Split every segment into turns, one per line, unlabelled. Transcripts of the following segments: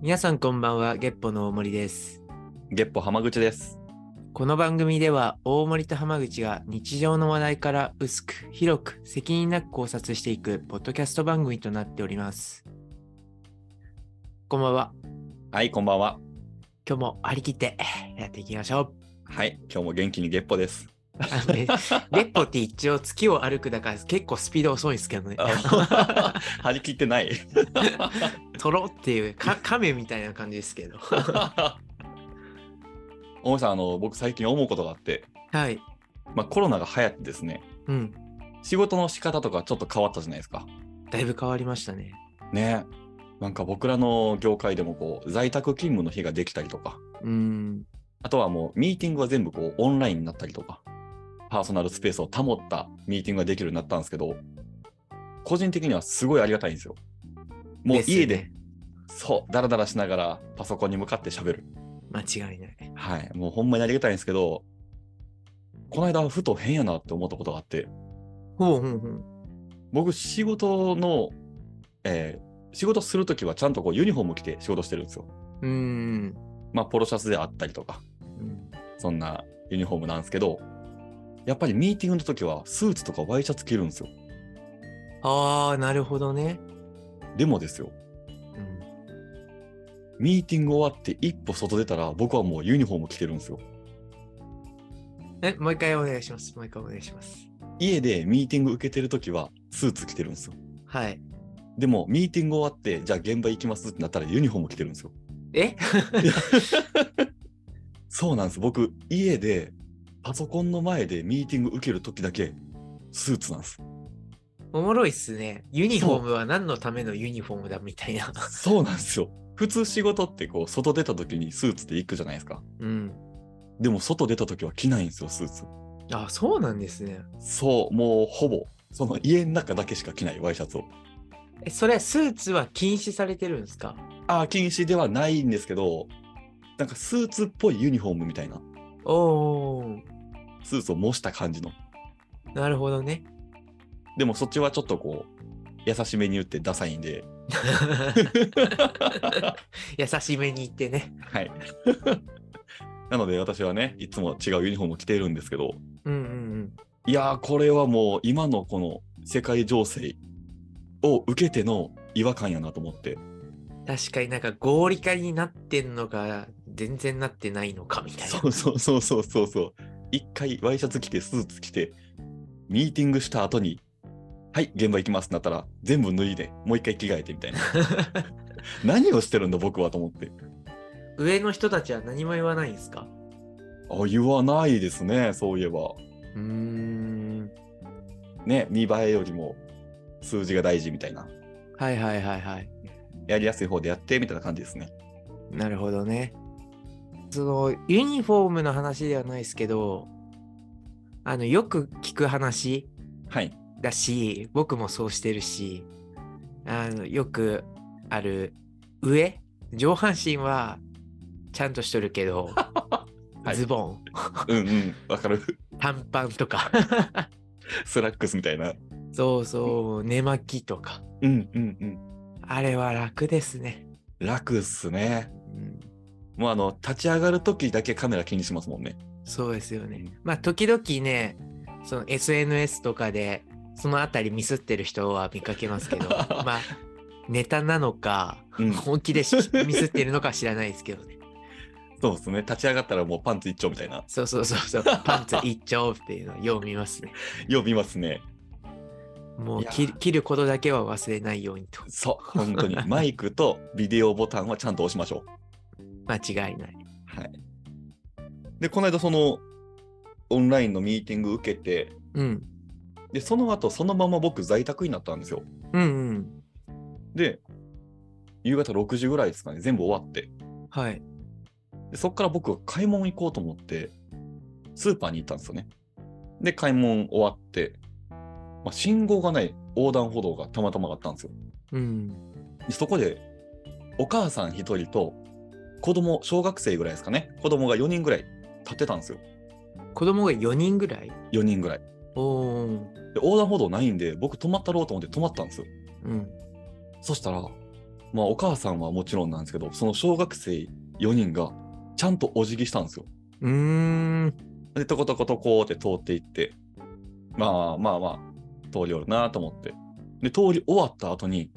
皆さんこんばんは、ゲッポの大森です。
ゲッポ浜口です。
この番組では大森と浜口が日常の話題から薄く、広く、責任なく考察していくポッドキャスト番組となっております。こんばんは。
はい、こんばんは。
今日も張り切ってやっていきましょう。
はい、今日も元気にゲッポです。
あ のねゲッポって一応月を歩くだから結構スピード遅いんですけどね。
張り切ってない。
トロっていうか亀みたいな感じですけど。
大森さん、あの、僕最近思うことがあって、
はい。
まあ、コロナが流行ってですね、
うん。
仕事の仕方とかちょっと変わったじゃないですか。
だいぶ変わりましたね。
ねなんか僕らの業界でもこう、在宅勤務の日ができたりとか、
うん。
あとはもう、ミーティングは全部こう、オンラインになったりとか、パーソナルスペースを保ったミーティングができるようになったんですけど、個人的にはすごいありがたいんですよ。もう
すよ
家で
ね。
そう、だらだらしながらパソコンに向かって喋る。
間違いない。
はい、もうほんまにありがたいんですけど、この間、ふと変やなって思ったことがあって、
ほうほうほう。
僕、仕事の、えー仕事するときはちゃんとこうユニフォーム着て仕事してるんですよ。
うーん。
まあ、ポロシャツであったりとか、
うん
そんなユニフォームなんですけど、やっぱりミーティングのときはスーツとかワイシャツ着るんですよ。
ああ、なるほどね。
でもですよ、
うん
ミーティング終わって一歩外出たら、僕はもうユニフォーム着てるんですよ。
え、もう一回お願いします。もう一回お願いします。
家でミーティング受けてるときはスーツ着てるんですよ。
はい。
でも、ミーティング終わって、じゃあ現場行きますってなったらユニフォーム着てるんですよ。
え
そうなんです。僕、家で、パソコンの前でミーティング受けるときだけ、スーツなんです。
おもろいっすね。ユニフォームは何のためのユニフォームだみたいな。
そうなんですよ。普通仕事ってこう、外出たときにスーツで行くじゃないですか。
うん。
でも、外出たときは着ないんですよ、スーツ。
あ、そうなんですね。
そう、もうほぼ、その家の中だけしか着ないワイシャツを。
え、それはスーツは禁止されてるんですか
ああ、禁止ではないんですけど、なんかスーツっぽいユニフォームみたいな。
おー、
スーツを模した感じの。
なるほど ね。
でも、そっちはちょっとこう、優しめに言ってダサいんで、
優しめに言ってね。
はい。 なので私はね、いつも違うユニフォームを着ているんですけど、
うんうん
いやー、これはもう今のこの世界情勢を受けての違和感やなと思って、
うん。確かになんか合理化になってんのか、全然なってないのかみたいな。
そうそうそうそうそうそう、一回ワイシャツ着て、スーツ着て、ミーティングした後に、はい、現場行きますってなったら、全部脱いで、もう一回着替えてみたいな。何をしてるんだ、僕はと思って。
上の人たちは何も言わないんですか
あ、言わないですね、そういえば。
うーん。
ね、見栄えよりも数字が大事みたいな。
はいはいはいはい。
やりやすい方でやってみたいな感じですね。
なるほどね。そのユニフォームの話ではないですけど、あのよく聞く話
はい。
だし、僕もそうしてるし、あのよくある上、上半身はちゃんとしとるけ ど、
はい
ズボ
うんうん。わかる。
ン、短パンとか、
スラックスみたいな。
そうそう、寝巻きとか、
うんうんうん。
あれは楽ですね。
楽っすね
う。ん
もうあの、立ち上がるときだけカメラ気にしますもんね。
そうですよね。まあ時々ね、その SNS とかでそのあたりミスってる人は見かけますけ ど、まあネタなのか、
うん。そ
本気でしミスってるのかは知らないですけどね。
うですね。立ち上がったらもうパンツ一丁みたいな。
そうそうそう そう、パンツ一丁っていうのをよう見ますね。
よう見ますね。
もう
いや
切る切ることだけは忘れないようにと。
そう。本 当に。マイクとビデオボタンはちゃんと押しましょう。
間違いない。
はい。で、この間その、オンラインのミーティング受けて、
うん。
で、その後、そのまま僕在宅になったんですよ。
うんうん。
で、夕方6時ぐらいですかね。全部終わって。
はい。
でそこから僕は買い物行こうと思って、スーパーに行ったんですよね。で、買い物終わって、まあ、信号がない横断歩道がたまたまあったんですよ。
うん。
でそこで、お母さん一人と、子供、小学生ぐらいですかね。子供が4人ぐらい立ってたんですよ。
子供が4人ぐらい
4人ぐらい。
おおー。
で、横断歩道ないんで、僕止まったろうと思って止まったんですよ。
うん。
そしたら、まあ、お母さんはもちろんなんですけど、その小学生4人がちゃんとお辞儀したんですよ。
うーん。
で、トコトコトコって通っていって、まあまあまあ、通りおるなと思って。で、通り終わった後に、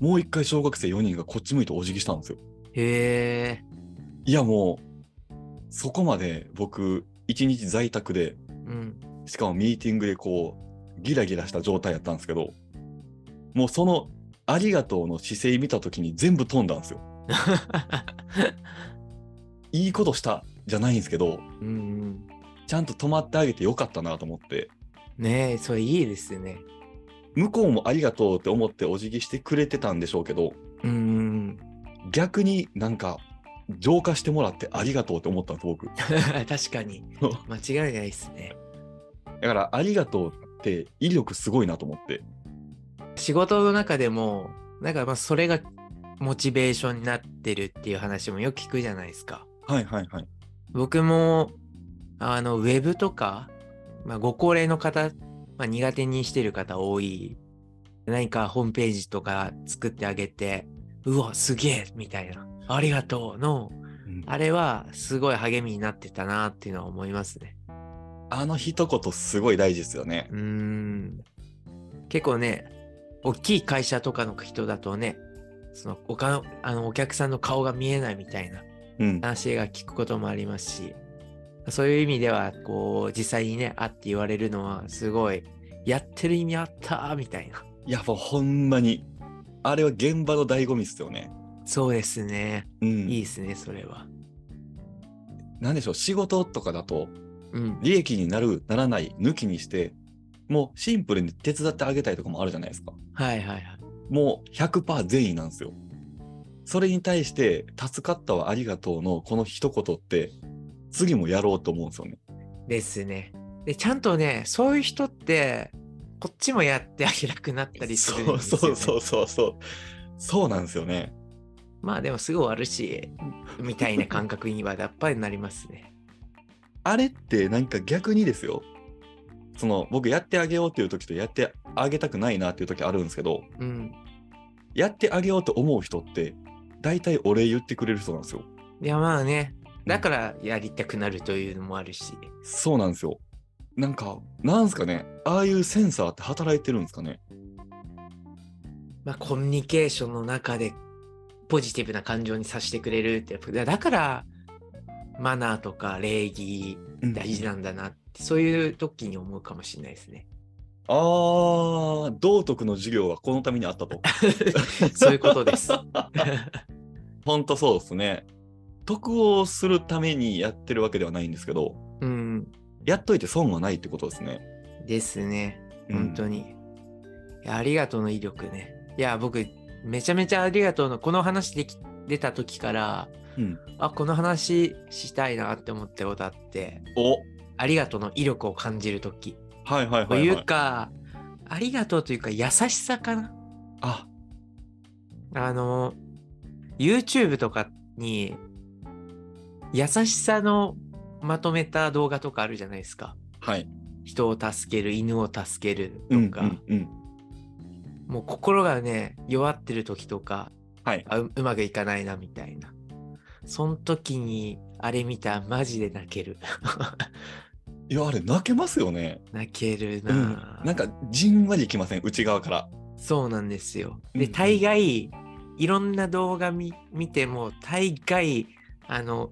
もう一回小学生4人がこっち向いてお辞儀したんですよ。
へえ。
いやもう、そこまで僕、一日在宅で、
うん。
しかもミーティングでこう、ギラギラした状態やったんですけど、もうその、ありがとうの姿勢見た時に全部飛んだんですよ。いいことしたじゃないんですけど、
うんうん。
ちゃんと止まってあげてよかったなと思って、
ねえ、それいいですね。
向こうもありがとうって思ってお辞儀してくれてたんでしょうけど、
うんうん
逆になんか、浄化してもらってありがとうって思ったんです、僕。だ
うん。 確かに
そう。
間違いないですね。
から、ありがとうって威力すごいなと思って。
仕事の中でも、なんかまあそれがモチベーションになってるっていう話もよく聞くじゃないですか。
はいはいはい。
僕もあのウェブとか、まあ、ご高齢の方、まあ、苦手にしてる方多い何かホームページとか作ってあげてうわすげえみたいなありがとうの
うん
あれはすごい励みになってたなっていうのは思いますね
あの一言すごい大事ですよね
う。ーん結構ね大きい会社とかの人だとねそのおかあのお客さんの顔が見えないみたいな
うん。
話が聞くこともありますしそういう意味ではこう実際にねあって言われるのはすごいやってる意味あったーみたいない
や、もうほんまに、あれは現場の醍醐味ですよね。
そうですね
うん。
いいですねそれは
なんでしょう、仕事とかだと、
うん
利益になる、ならない、抜きにして、もうシンプルに手伝ってあげたいとかもあるじゃないですか。
はいはいはい
もう100%善意なんですよ。それに対して、助かったはありがとうのこの一言って、次もやろうと思うんですよね。
ですねでちゃんとねそういう人ってこっちもやってあげなくなったりするん
そ
で
う
すよ、ね、
そうそうそうそう。そうなんですよね。
まあでもすぐ終わるしみたいな感覚にはやっぱりなりますね
あれってなんか逆にですよ。その僕やってあげようっていう時とやってあげたくないなっていう時あるんですけど、
うん
やってあげようと思う人って、大体お礼言ってくれる人なんですよ。
いやまあねだからやりたくなるというのもあるし
そうなんですよ。なんか、なんすかね、ああいうセンサーって働いてるんですかね。
まあ、コミュニケーションの中でポジティブな感情にさせてくれるってやっぱだからマナーとか礼儀大事なんだなって、そういう時に思うかもしれないですね。
あー、道徳の授業はこのためにあったと。
そういうこと です。
ほんとそうですね。得をするためにやってるわけではないんですけど、
うん、
やっといて損はないってことですね。
ですね
うん
本当に、いやありがとうの威力ね。いや僕めちゃめちゃありがとうのこの話でき出た時から、
うん
あこの話したいなって思ったことあって
お
ありがとうの威力を感じる時。
はいはい
と
はい、
い
は
う
い。
か、ありがとうというか優しさかな
あ、
あの YouTube とかに優しさのまとめた動画とかあるじゃないですか
はい。
人を助ける犬を助けるとか、
うんうん
もう心がね弱ってる時とか、
はい
あううまくいかないなみたいなその時にあれ見たらマジで泣ける
うん。いや、あれ、泣けますよね。
泣ける
う
な、
ん。なんか、じんわりきません、内側から。
そうなんですよ。
うん
で
うん
大概いろんな動画見見ても大概あの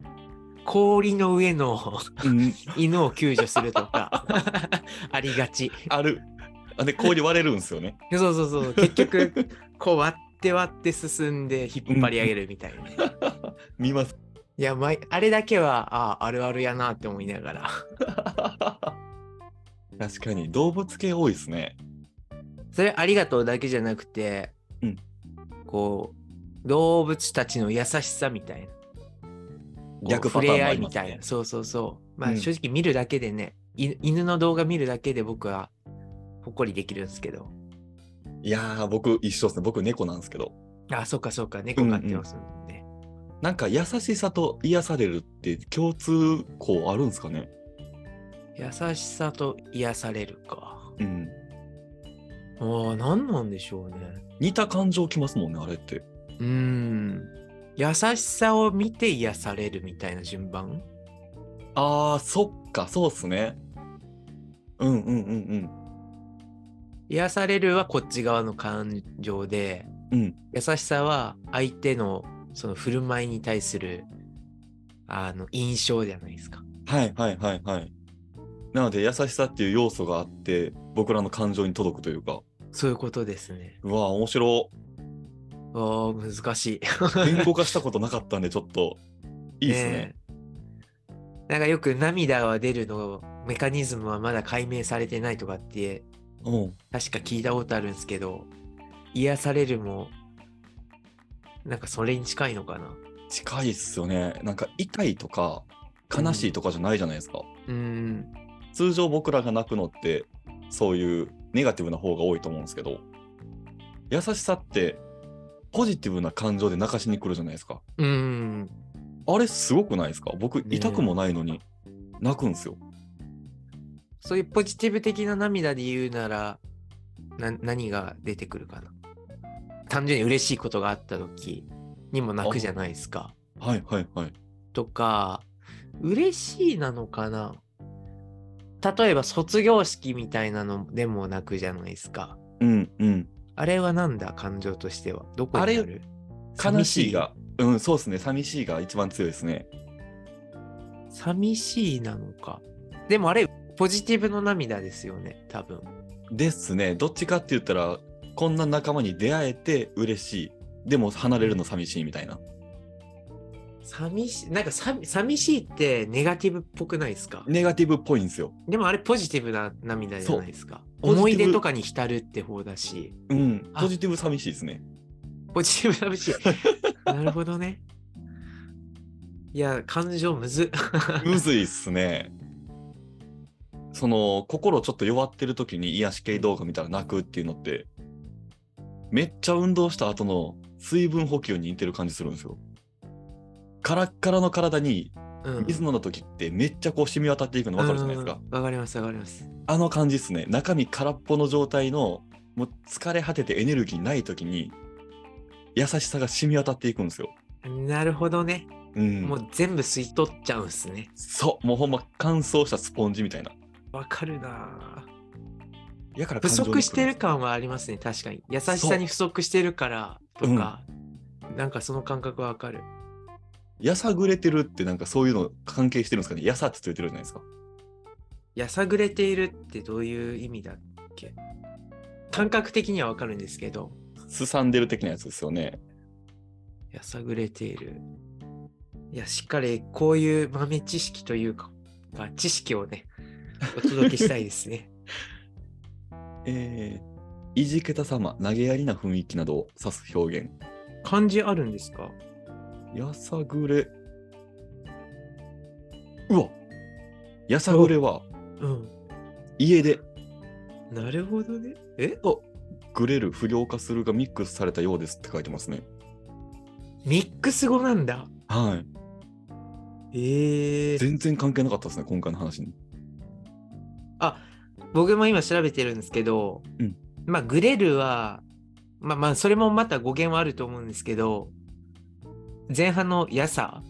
氷の上の
うん。
犬を救助するとか ありがち。
ある。あれ、氷割れるんですよね。
そうそうそう結局こう割って割って進んで引っ張り上げるみたいな。い
見ます。
やまいあれだけはあああるあるやなって思いながら。
確かに、動物系多いですね。
それありがとうだけじゃなくて、
うん
こう動物たちの優しさみたいな。
逆パ
触
ターン
れ
もあ
合
り
いみ
ますね
たいな、そうそうそうま
う
あ
ん
正直見るだけでね、い犬の動画見るだけで僕はほっこりできるんですけど
いやー、僕、一緒ですね。僕、猫なんですけど。
あそうかそうか猫飼ってますもんね、
なんか優しさと癒されるって共通項あるんですかね
優しさと癒されるか
うん。
ああ何なんでしょうね
似た感情きますもんね、あれって。
ううん。優しさを見て癒されるみたいな順番
ああ、そっか、そうっすね。うんうんうん
癒されるはこっち側の感情で、
うん。うん。
優しさは相手のその振る舞いに対するあの印象じゃないですか。
はいはいはいはい。なので、優しさっていう要素があって、僕らの感情に届くというか、
そういうことですね。
うわー、面白い。
おー難しい。
言語化したことなか ったんで、ちょっと、いいです
え
ね。
えなんかよく涙は出るのメカニズムはまだ解明されてないとかって
うん。
確か聞いたことあるんですけど癒されるもなんかそれに近いのかな
近いっすよね。なんか、痛いとか、悲しいとかじゃないじゃないですか。
うん
通常僕らが泣くのってそういうネガティブな方が多いと思うんですけど優しさってポジティブな感情で泣かしに来るじゃないですか
うん
あれすごくないですか僕
ねえ
痛くもないのに泣くんですよ、
そういうポジティブ的な涙で言うならな何が出てくるかな単純に嬉しいことがあった時にも泣くじゃないですか
はいはいはい
とか嬉しいなのかな例えば卒業式みたいなのでも泣くじゃないですか
うんうん
あれはなんだ感情としてはどこにある
あ悲しいがうんそうですね寂しいが一番強いですね
寂しいなのかでもあれポジティブの涙ですよね多分
ですねどっちかって言ったらこんな仲間に出会えて嬉しいでも離れるの寂しいみたいな
寂しいなんかさ寂しいってネガティブっぽくないですか
ネガティブっぽいんですよ
でもあれポジティブな涙じゃないですか
そう
思い
ポジテ
出
ィブ
とかに浸るって方だし
うん
あ
ポジティブ寂しいですね
ポジティブ寂しいなるほどねいや感情むずっ
むずいっすね。その心ちょっと弱ってる時に癒し系動画見たら泣くっていうのってめっちゃ運動した後の水分補給に似てる感じするんですよ。カラッカラの体に
うん
水飲んだ時ってめっちゃこう染み渡っていくの分かるじゃないですか
うん。わかりますわかります
あの感じっすね。中身空っぽの状態のもう疲れ果ててエネルギーない時に優しさが染み渡っていくんですよ。
なるほどね、
うん。
もう全部吸い取っちゃうんすね
そう。もうほんま乾燥したスポンジみたいな。
わかるなぁ
やから
不
感情に来るん
足
で
し
すよ
てる感はありますね確かに優しさに不足してるからとか、なんかその感覚はわかる
やさぐれてるってなんかそういうの関係してるんですかねやさってついてるじゃないですか。
やさぐれているってどういう意味だっけ感覚的にはわかるんですけど
すさんでる的なやつですよね。
やさぐれているいやしっかりこういう豆知識というかまあ知識をねお届けしたいです ね
えー、いじけた様、投げやりな雰囲気などを指す表現。
漢字あるんですか
やさぐれ。うわやさぐれは
うん
家で
なるほどねえ
ぐれる不良化するがミックスされたようですって書いてますね。
ミックス語なんだ
は
ええ
い。全然関係なかったですね、今回の話に。
僕も今調べてるんですけど、
うん
まあグレルはまあまあそれもまた語源はあると思うんですけど前半の「やさ」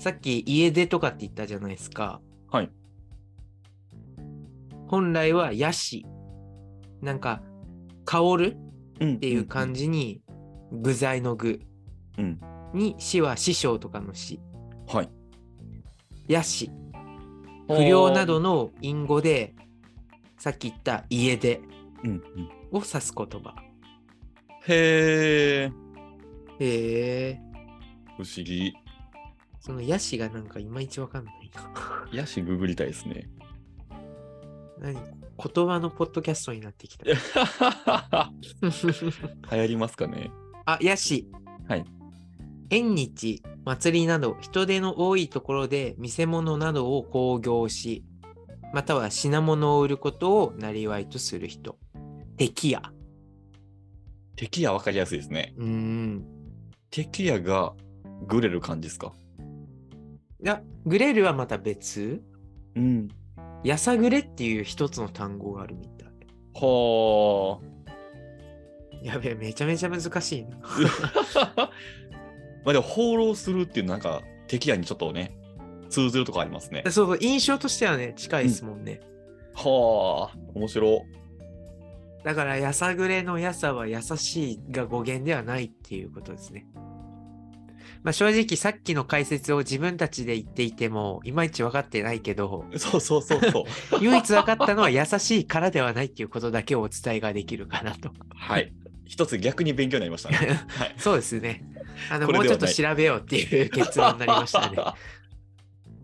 さっき「家出」とかって言ったじゃないですか
はい
本来は「やし」なんか「香る」
うん。っ
っていう感
じ。
じに具材の具
うん
に「し」は師匠とかの「し」
はい。
「やし」不良などの隠語でさっき言った「家出」
うんうん。
を指す言葉。へ
へえ。
え。
不思議。
そのヤシがなんかいまいちわかんない な。
やしググりたいですね。
何言葉のポッドキャストになって きた。
流行りますかね
あ、ヤシ。
はい。
縁日、祭りなど人手の多いところで見せ物などを興行し、または品物を売ることを生りとする人。敵や。
敵や分かりやすいですね
うーん。
敵やがグレる感じですか
いや、グレルはまた別
うん
やさぐれっていう一つの単語があるみたい。
は
やべえ、めちゃめちゃ難しいな。
まあでも放浪するっていうなんか敵やにちょっとね通ずるとこありますね。
そうそう、印象としてはね、近いですもんね。
はあ面白
だから、やさぐれのやさは優しいが語源ではないっていうことですね。まあ、正直、さっきの解説を自分たちで言っていても、いまいち分かってないけ ど、
い。そうそうそう そう。
唯一分かったのは優しいからではないっていうことだけをお伝えができるかなと。
はい。一つ逆に勉強になりましたね。 はい。
そうですね。あの、
これ
もう
で
ちょ
は
っと
ない
調べようっていう結論になりましたね。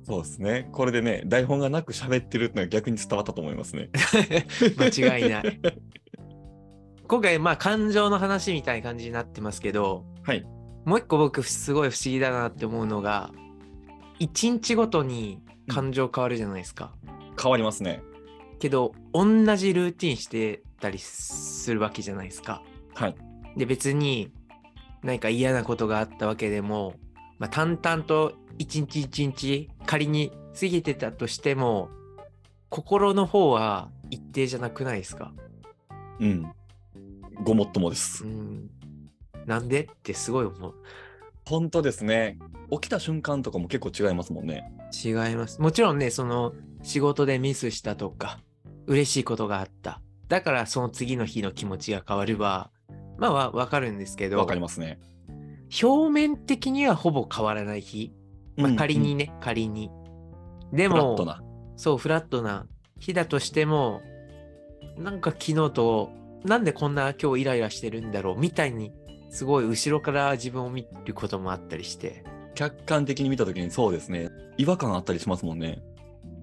そうですね。これでね、台本がなく喋ってるっていうのが逆に伝わったと思います ね。
間違いない今回まあ感情の話みたいな感じになってますけど、
はい
もう一個僕すごい不思議だなって思うのが1日ごとに感情変わるじゃないですか、
変わりますね。
けど同じルーティンしてたりするわけじゃないですか。
はい
で別に何か嫌なことがあったわけでも、まあ、淡々と一日一日仮に過ぎてたとしても心の方は一定じゃなくないですか
うん。ごもっともで
う
す。
ん、なんでってすごい思う。
本当ですね。起きた瞬間とかも結構違いますもんね。
違います。もちろんね、その仕事でミスしたとか、嬉しいことがあった。だからその次の日の気持ちが変われば、まあわわかるんですけど、
わかりますね。
表面的にはほぼ変わらない日。まあ、
うん
仮に
うん
ね、仮に。で
フラット
も、
な。
そう、フラットな日だとしても、なんか昨日と、なんでこんな今日イライラしてるんだろうみたいに、すごい後ろから自分を見ることもあったりして。
客観的に見た時にそうですね。違和感あったりしますもんね。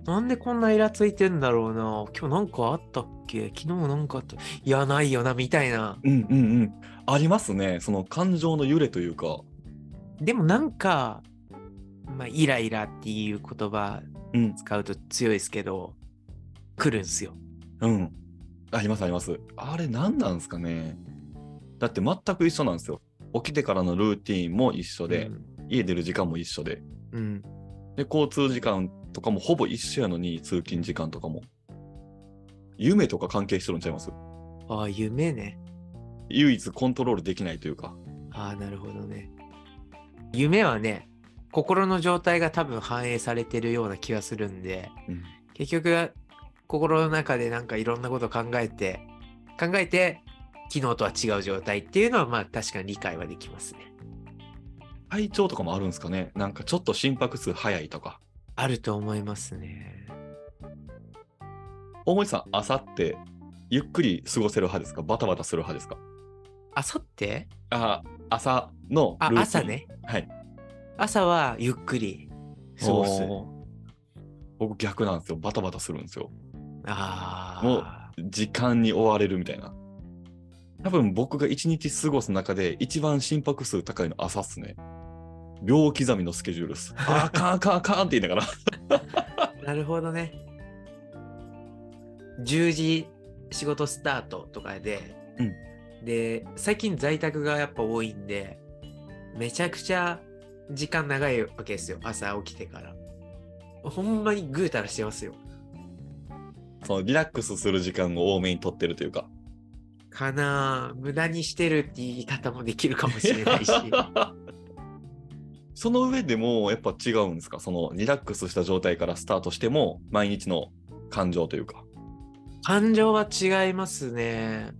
なんでこんなイラついてんだろうな今日なんかあったっけ昨日なんかあったいやないよなみたいな
うんうんうん。ありますね。その感情の揺れというか。
でもなんかまあイライラっていう言葉
うん
使うと強いですけど、来るんすよ
うん。ありますあります。あれ何なんですかね。だって全く一緒なんですよ。起きてからのルーティンも一緒で、家出る時間も一緒で、
うん、うん
で、交通時間とかもほぼ一緒やのに、通勤時間とかも。夢とか関係してるんちゃいます
ああ夢ね
唯一コントロールできないというか。
ああなるほどね夢はね心の状態が多分反映されてるような気がするんで
うん
結局心の中でなんかいろんなこと考えて考えて昨日とは違う状態っていうのはまあ確かに理解はできますね。
体調とかもあるんですかねなんかちょっと心拍数早いとか。
あると思いますね。
大森さん、朝ってゆっくり過ごせる派ですかバタバタする派ですか
あさって
あ朝の
あ
ルーティン
朝。ね。
はい。
朝はゆっくり過ごす。
おー僕逆なんですよ。バタバタするんですよ。
あ
もう
あ。
時間に追われるみたいな。多分僕が一日過ごす中で一番心拍数高いの朝っすね。秒刻みのスケジュールっす。ああかんあかんあかんって言いながら。
なるほどね。10時仕事スタートとかで、
うん
で最近在宅がやっぱ多いんでめちゃくちゃ時間長いわけですよ朝起きてからほんまにぐうたらしてますよ
そのリラックスする時間を多めに取ってるというか。
かなあ無駄にしてるって言い方もできるかもしれ ないし
その上でもやっぱ違うんですかそのリラックスした状態からスタートしても毎日の感情というか。
感情は違いますね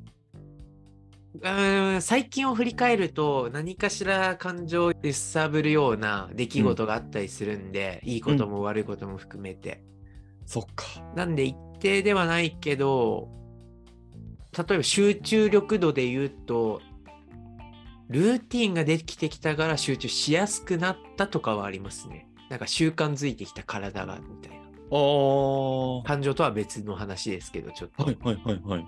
うーん最近を振り返ると何かしら感情を揺さぶるような出来事があったりするんで、いいことも悪いことも含めて、
そっか。
なんで一定ではないけど例えば集中力度で言うとルーティンができてきたから集中しやすくなったとかはありますねなんか習慣づいてきた体がみたいな
ああ。
感情とは別の話ですけどちょっと、
はいはいはいはい。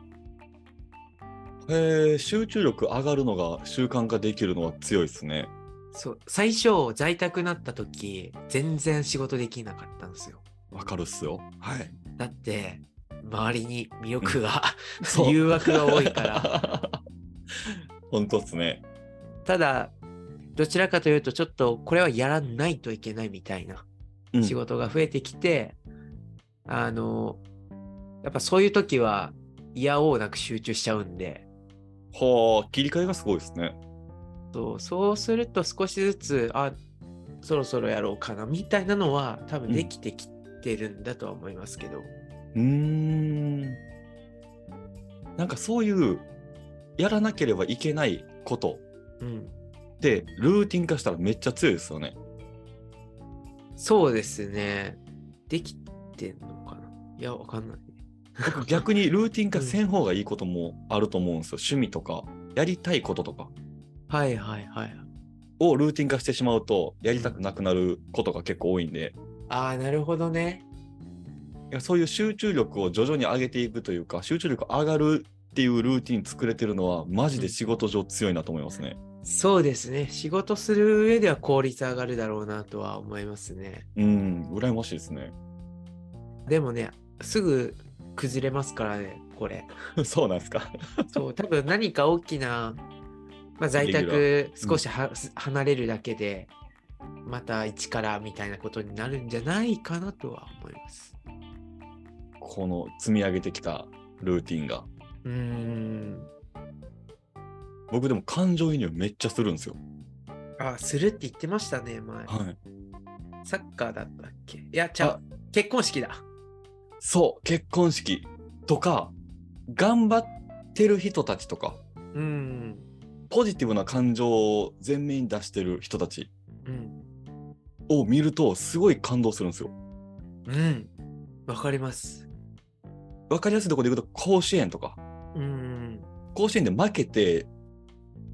えー、集中力上がるのが習慣化できるのは強いですね。
そう最初在宅になった時全然仕事できなかったんですよ
わかるっすよ。はい。
だって周りに魅力が、
そう
誘惑が多いから
本当っすね。
ただどちらかというとちょっとこれはやらないといけないみたいな
うん
仕事が増えてきて、あのやっぱそういう時は嫌おうなく集中しちゃうんで
はあ、切り替えがすごいですね。
そうそうすると少しずつあそろそろやろうかなみたいなのは多分できてきてるんだとは思いますけど、
うーん。なんかそういう、やらなければいけないこと
うん、
って、ルーティン化したらめっちゃ強いですよ ね。
そうですねできてんのかないやわかんない
僕逆にルーティン化せん方がいいこともあると思うんですよ。趣味とか、やりたいこととか
はいはいはい
をルーティン化してしまうと、やりたくなくなることが結構多いんで、
ああなるほどね
いやそういう集中力を徐々に上げていくというか、集中力上がるっていうルーティン作れてるのは、マジで仕事上強いなと思いますね。
そうですね仕事する上では効率上がるだろうなとは思いますね
うん、羨ましいですね。
でもねすぐ崩れますからねこ れ
そうなんですか。
そう多分何か大きな、まあ、在
レギュ
宅少しは、離れるだけでまた一からみたいなことになるんじゃないかなとは思います。
この積み上げてきたルーティンが。
うーん
僕でも感情移入めっちゃするんですよ。
あするって言ってましたね前
はい。
サッカーだったっけいやちゃ
あ
う結婚式だ
そう、結婚式とか、頑張ってる人たちとか、
うん
ポジティブな感情を前面に出してる人たち
うん
を見ると、すごい感動するんですよ。
うんわかります
わかりやすいところで言うと、甲子園とか、
うん
甲子園で負けて、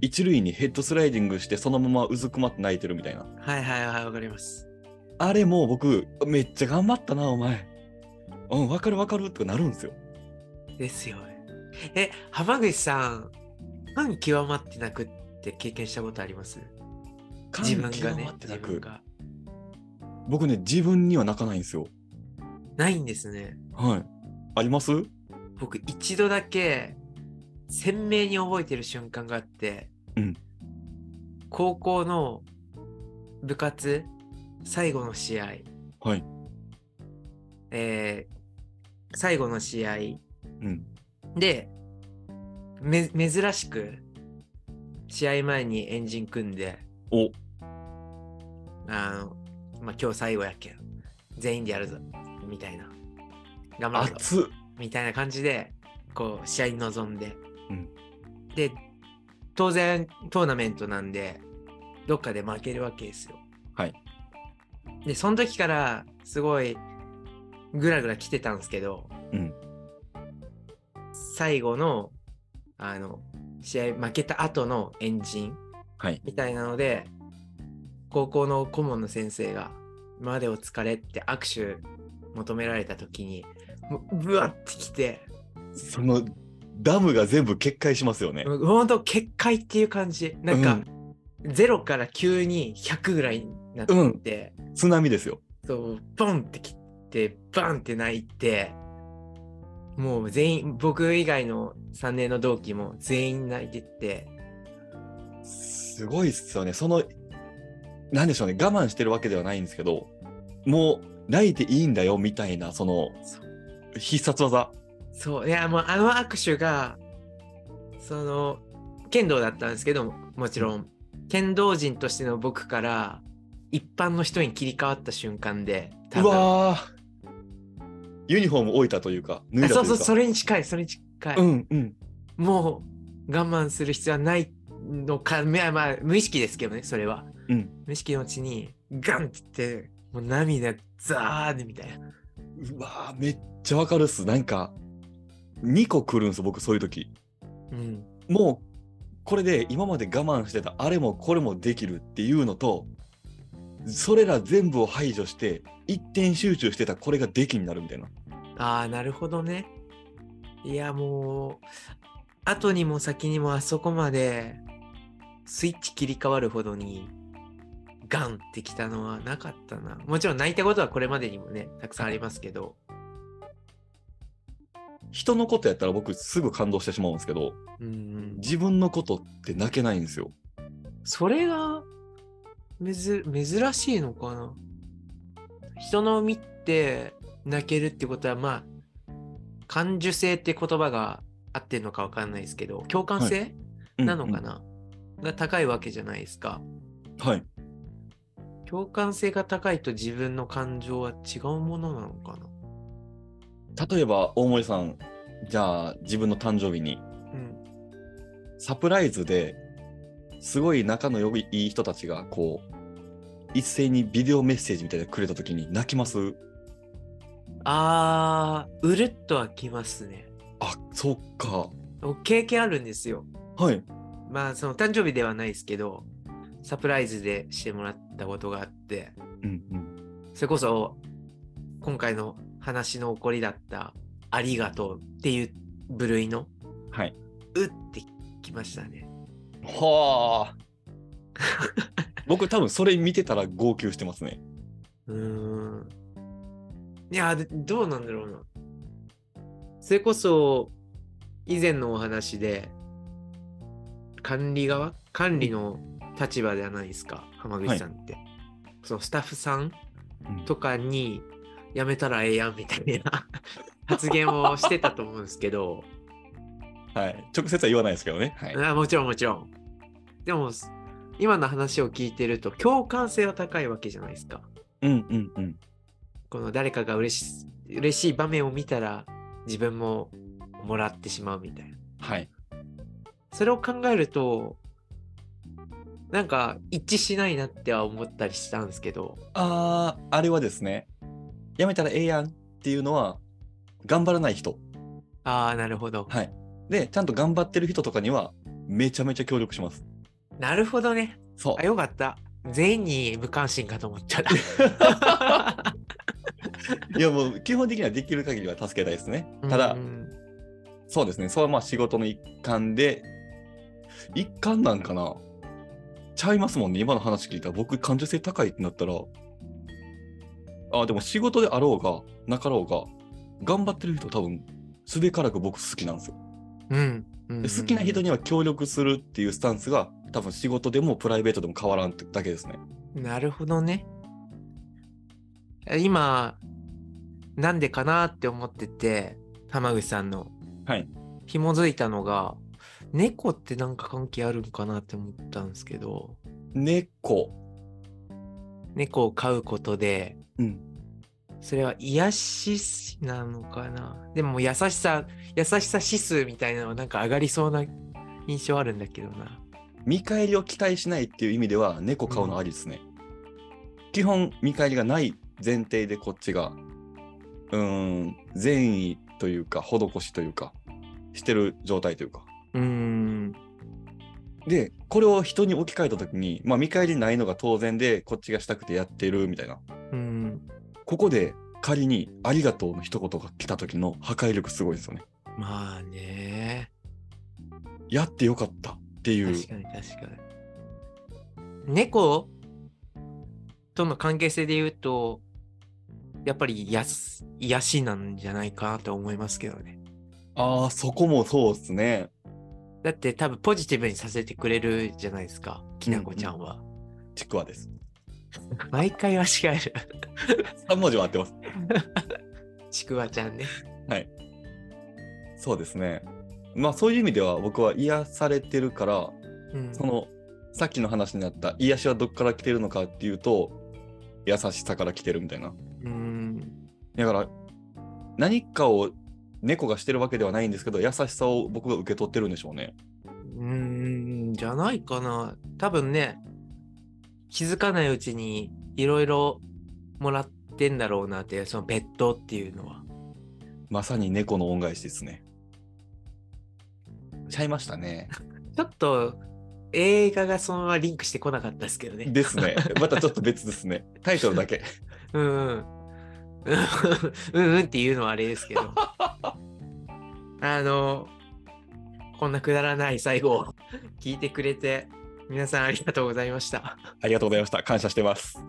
一塁にヘッドスライディングして、そのままうずくまって泣いてるみたいな。
はいはいはいわかります
あれも僕、めっちゃ頑張ったな、お前。うん、わかるわかるとかなるんですよ。
ですよねえ浜口さん感極まって泣くって経験したことあります自分が
感
ね
極まって
自
泣
分
く
が
僕ね、自分には泣かないんですよ。
ないんですね
はい。ありますう
僕一度だけ鮮明に覚えてる瞬間があって、
うん
高校の部活最後の試合
はい
えー最後の試合
ん。
でめ珍しく試合前に円陣組んで
お、
あの、まあ、今日最後やっけん全員でやるぞみたいな頑張るぞ
熱っ。
みたいな感じでこう試合に臨んで、
うん
で当然トーナメントなんでどっかで負けるわけですよ
はい
でその時からすごいグラグラ来てたんですけど、
うん
最後のあの試合負けた後のエンジン
はい。
みたいなので高校の顧問の先生が「今までお疲れ」って握手求められた時にもうブワッてきて
その、ダムが全部決壊しますよね。
ほんと結界っていう感じなんか、0から急に100ぐらいになって、
津波ですよ。
そうボンって切ってバンって泣いてもう全員僕以外の3年の同期も全員泣いてって
すごいっすよね。その、なんでしょうね。我慢してるわけではないんですけど、もう、泣いていいんだよ、みたいな、その
そ、
必殺技。
そういやもうあの握手がその剣道だったんですけどもちろん剣道人としての僕から一般の人に切り替わった瞬間で多
う
分
わー。ユニフォーム置いたというか、脱いだという
あ
か。
そうそうそれに近いそれに近い、
うんうん。
もう我慢する必要はないのかまあまあ無意識ですけどねそれは、
うん
無意識のうちにガンって言ってもう涙ザーッみたいな
うわー、めっちゃわかるっす。なんか、2個来るんですよ、僕、そういう時。
うん
もうこれで今まで我慢してたあれもこれもできるっていうのとそれら全部を排除して一点集中してたこれができになるみたいな
ああ、なるほどね。いや、もう、後にも先にもあそこまでスイッチ切り替わるほどにガンってきたのはなかったな。もちろん泣いたことはこれまでにもね、たくさんありますけど。
人のことやったら僕すぐ感動してしまうんですけど
うんうん、
自分のことって泣けないんですよ
それがめず珍しいのかな。人の見て泣けるってことは、まあ、感受性って言葉が合ってるのかわかんないですけど、共感性、なのか
な、
な、が高いわけじゃないですか。
はい。
共感性が高いと自分の感情は違うものなのかな
例えば、大森さん、じゃあ、自分の誕生日に、
うん。
サプライズですごい仲の良いいい人たちが、こう、一斉にビデオメッセージみたいなのくれたときに泣きます
あー、うるっとはきますね。
あ、そっか。
僕経験あるんですよ。
はい。
まあ、その誕生日ではないですけど、サプライズでしてもらったことがあって、
うんうん。
それこそ、今回の話の起こりだった、ありがとうっていう部類の、
はい。
うってきましたね。
は あ。僕多分それ見てたら号泣してますね。
うーん。いや、でどうなんだろうな。それこそ、以前のお話で、管理側管理の立場じゃないですか、浜口さんって。そのスタッフさんとかに、やめたらええやんみたいな 発言をしてたと思うんですけど、
はい。直接は言わないですけどね。はい。
あもちろんもちろん。でも、今の話を聞いてると、共感性は高いわけじゃないですか。
うんうんうん。
この誰かが嬉し嬉しい場面を見たら自分ももらってしまうみたいな
はい。
それを考えるとなんか一致しないなっては思ったりしたんですけど
ああ、あれはですね。やめたらええやんっていうのは、頑張らない人。
ああなるほど、
はい。で、ちゃんと頑張ってる人とかには、めちゃめちゃ協力します。
なるほどね
そう
あ。よかった全員に無関心かと思っちゃった
いやもう、基本的にはできる限りは助けたいですね。 ただ
う、ん
そうですね。それはまあ仕事の一環で、一環なんかなちゃいますもんね。今の話聞いたら、僕、感受性高いってなったら、あ、でも仕事であろうが、なかろうが、頑張ってる人多分、すべからく僕好きなんですよ。
うんうん
で好きな人には協力するっていうスタンスが、多分仕事でもプライベートでも変わらんってだけですね。
なるほどね今なんでかなって思ってて浜口さんの
はい
紐づいたのが猫ってなんか関係あるんかなって思ったんですけど
猫。
猫を飼うことで
うん。
それは癒しなのかなでも優しさ優しさ指数みたいなのはなんか上がりそうな印象あるんだけどな
見返りを期待しないっていう意味では、猫飼うのありですね。基本、見返りがない前提でこっちが、うーん、善意というか、施しというか、してる状態というか。
うーん
で、これを人に置き換えたときに、まあ、見返りないのが当然で、こっちがしたくてやってるみたいな。
うん
ここで、仮に、ありがとうの一言が来た時の破壊力すごいですよね。
まあね
やってよかったっていう
確。かに確かに。猫との関係性で言うと、やっぱりやす癒しなんじゃないかなと思いますけどね。
ああ、そこもそうですね。
だって多分ポジティブにさせてくれるじゃないですか、きなこちゃんは。
ちくわです。
毎回間違える。
3文字は合ってます。
ちくわちゃんね。
そうですね。まあそういう意味では僕は癒されてるから、
うん、
そのさっきの話になった癒しはどっから来てるのかっていうと、優しさから来てるみたいな。
うん
だから何かを猫がしてるわけではないんですけど、優しさを僕が受け取ってるんでしょうね。
うんじゃないかな。多分ね、気づかないうちにいろいろもらってんだろうなっていう、そのペットっていうのは。
まさに猫の恩返しですね。ちゃいましたね。
ちょっと映画がそのままリンクしてこなかったですけどね。
ですね。またちょっと別ですね。タイトルだけ。
うんうん。うんうんっていうのはあれですけど。あの、こんなくだらない最後を聞いてくれて、皆さんありがとうございました。
ありがとうございました。感謝してます。